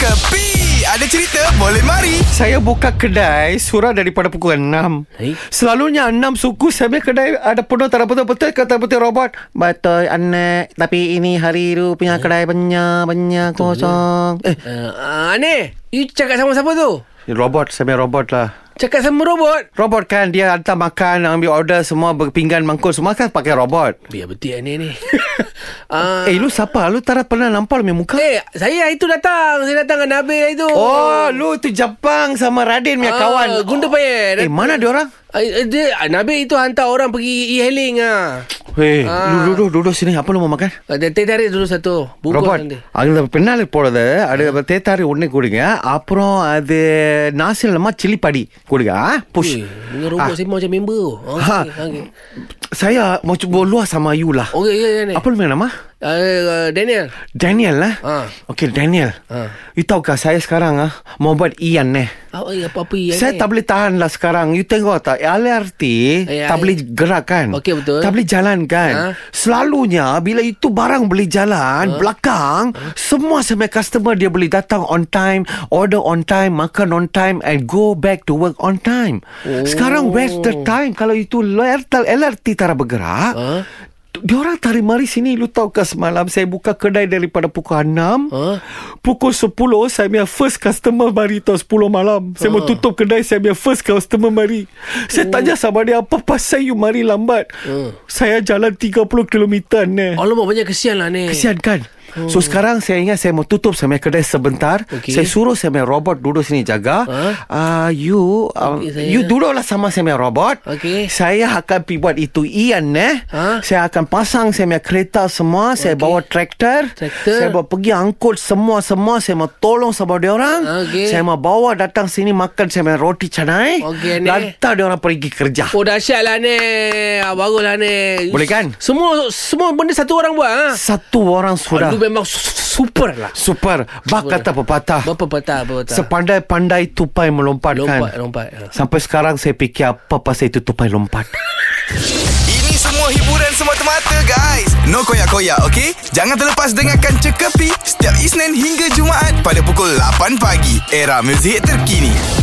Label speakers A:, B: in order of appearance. A: Kepi Ada cerita boleh mari
B: Saya buka kedai surah daripada pukul 6.
C: Eh?
B: Selalunya 6 suku saya punya kedai ada penuh tak ada betul-betul kata betul robot. Betul anak tapi ini hari tu punya kedai banyak banyak kosong. Eh
C: Uh, aneh You cakap sama siapa tu?
B: robot saya punya robot lah.
C: Cakap sama robot
B: Robot kan dia hantar makan, ambil order semua berpinggan mangkuk semua kan pakai robot.
C: Biar betul aneh ni uh,
B: Eh lu siapa? Lu tak ada pernah nampak lu punya muka?
C: Eh saya hari tu datang Saya datang dengan Nabil hari tu
B: Oh, lu tu Jepang sama Radin punya
C: Ah,
B: kawan.
C: Gunda payet.
B: Eh, mana dia orang?
C: Eh, eh, dia, ah, Nabil itu hantar orang pergi e-hailing ah.
B: Hei,
C: Ah.
B: Eh, lu duduk duduk sini. Apa lu mau makan?
C: Ah, Dia teh tarik dulu satu Bungkus
B: robot
C: nanti.
B: அந்த பின்னால போறது அது தேத்தாரி ஒண்ணு கொடுங்க அப்புறம் அது நாசிலமா சில்லி படி கொடுங்க ஆ push
C: Eh, Punya robot
B: Ah.
C: saya memang macam member tu
B: Ha.
C: Okay, okay.
B: saya mau cuba luar sama you lah
C: okay ya, ya, ni.
B: apa lu punya nama
C: Eh, eh, Daniel
B: Daniel lah
C: Ha.
B: Okay Daniel
C: Ha.
B: You tahu kah saya sekarang ah Mau buat Ian ni
C: Apa apa yang
B: Saya tak boleh tahan lah sekarang You tengok tak LRT
C: Ya,
B: Tak
C: ya.
B: boleh gerak kan
C: Okey, betul.
B: Tak boleh jalan kan
C: Ha?
B: Selalunya Bila itu barang boleh jalan Belakang
C: Ha?
B: Semua sama customer Dia boleh datang on time Order on time Makan on time And go back to work on time
C: Oh.
B: Sekarang waste the time Kalau itu LRT, LRT tak ada bergerak
C: Ha?
B: Diorang tarik mari sini Lu tahu ke semalam Saya buka kedai daripada pukul 6
C: Ha?
B: Pukul 10 Saya punya first customer mari tau 10 malam Saya mau tutup kedai Saya punya first customer mari Saya tanya sama dia Apa pasal you mari lambat Saya jalan 30 km ni
C: Alamak banyak kesian lah ni
B: Kesian kan
C: Oh.
B: So sekarang saya ingat Saya mau tutup Saya punya kedai sebentar
C: Okey.
B: Saya suruh saya punya robot Duduk sini jaga
C: Ha?
B: Ah, You um,
C: Okey, saya-
B: You duduklah sama saya punya robot
C: Okey.
B: Saya akan pergi buat itu Ian eh.
C: Ha?
B: Saya akan pasang saya punya kereta semua Saya
C: Okey.
B: bawa traktor
C: Traktor.
B: Saya bawa pergi angkut semua-semua Saya mau tolong sama dia orang
C: Okey.
B: Saya mau bawa datang sini Makan saya punya roti canai
C: Okey, ni.
B: Lantar dia orang pergi kerja
C: Oh dahsyat lah ni ah, Bagus lah ni
B: Boleh kan?
C: Semua semua benda satu orang buat ha?
B: Satu orang sudah
C: Lu memang su- super lah
B: Super Bak kata pepatah
C: Berapa patah Berapa patah
B: Sepandai-pandai tupai melompatkan
C: Lompat Lompat ha.
B: Sampai sekarang saya fikir apa pasal itu tupai lompat
A: Ini semua hiburan semata-mata guys No koyak-koyak ok Jangan terlepas dengarkan Cekapi Setiap Isnin hingga Jumaat Pada pukul 8 pagi Era muzik terkini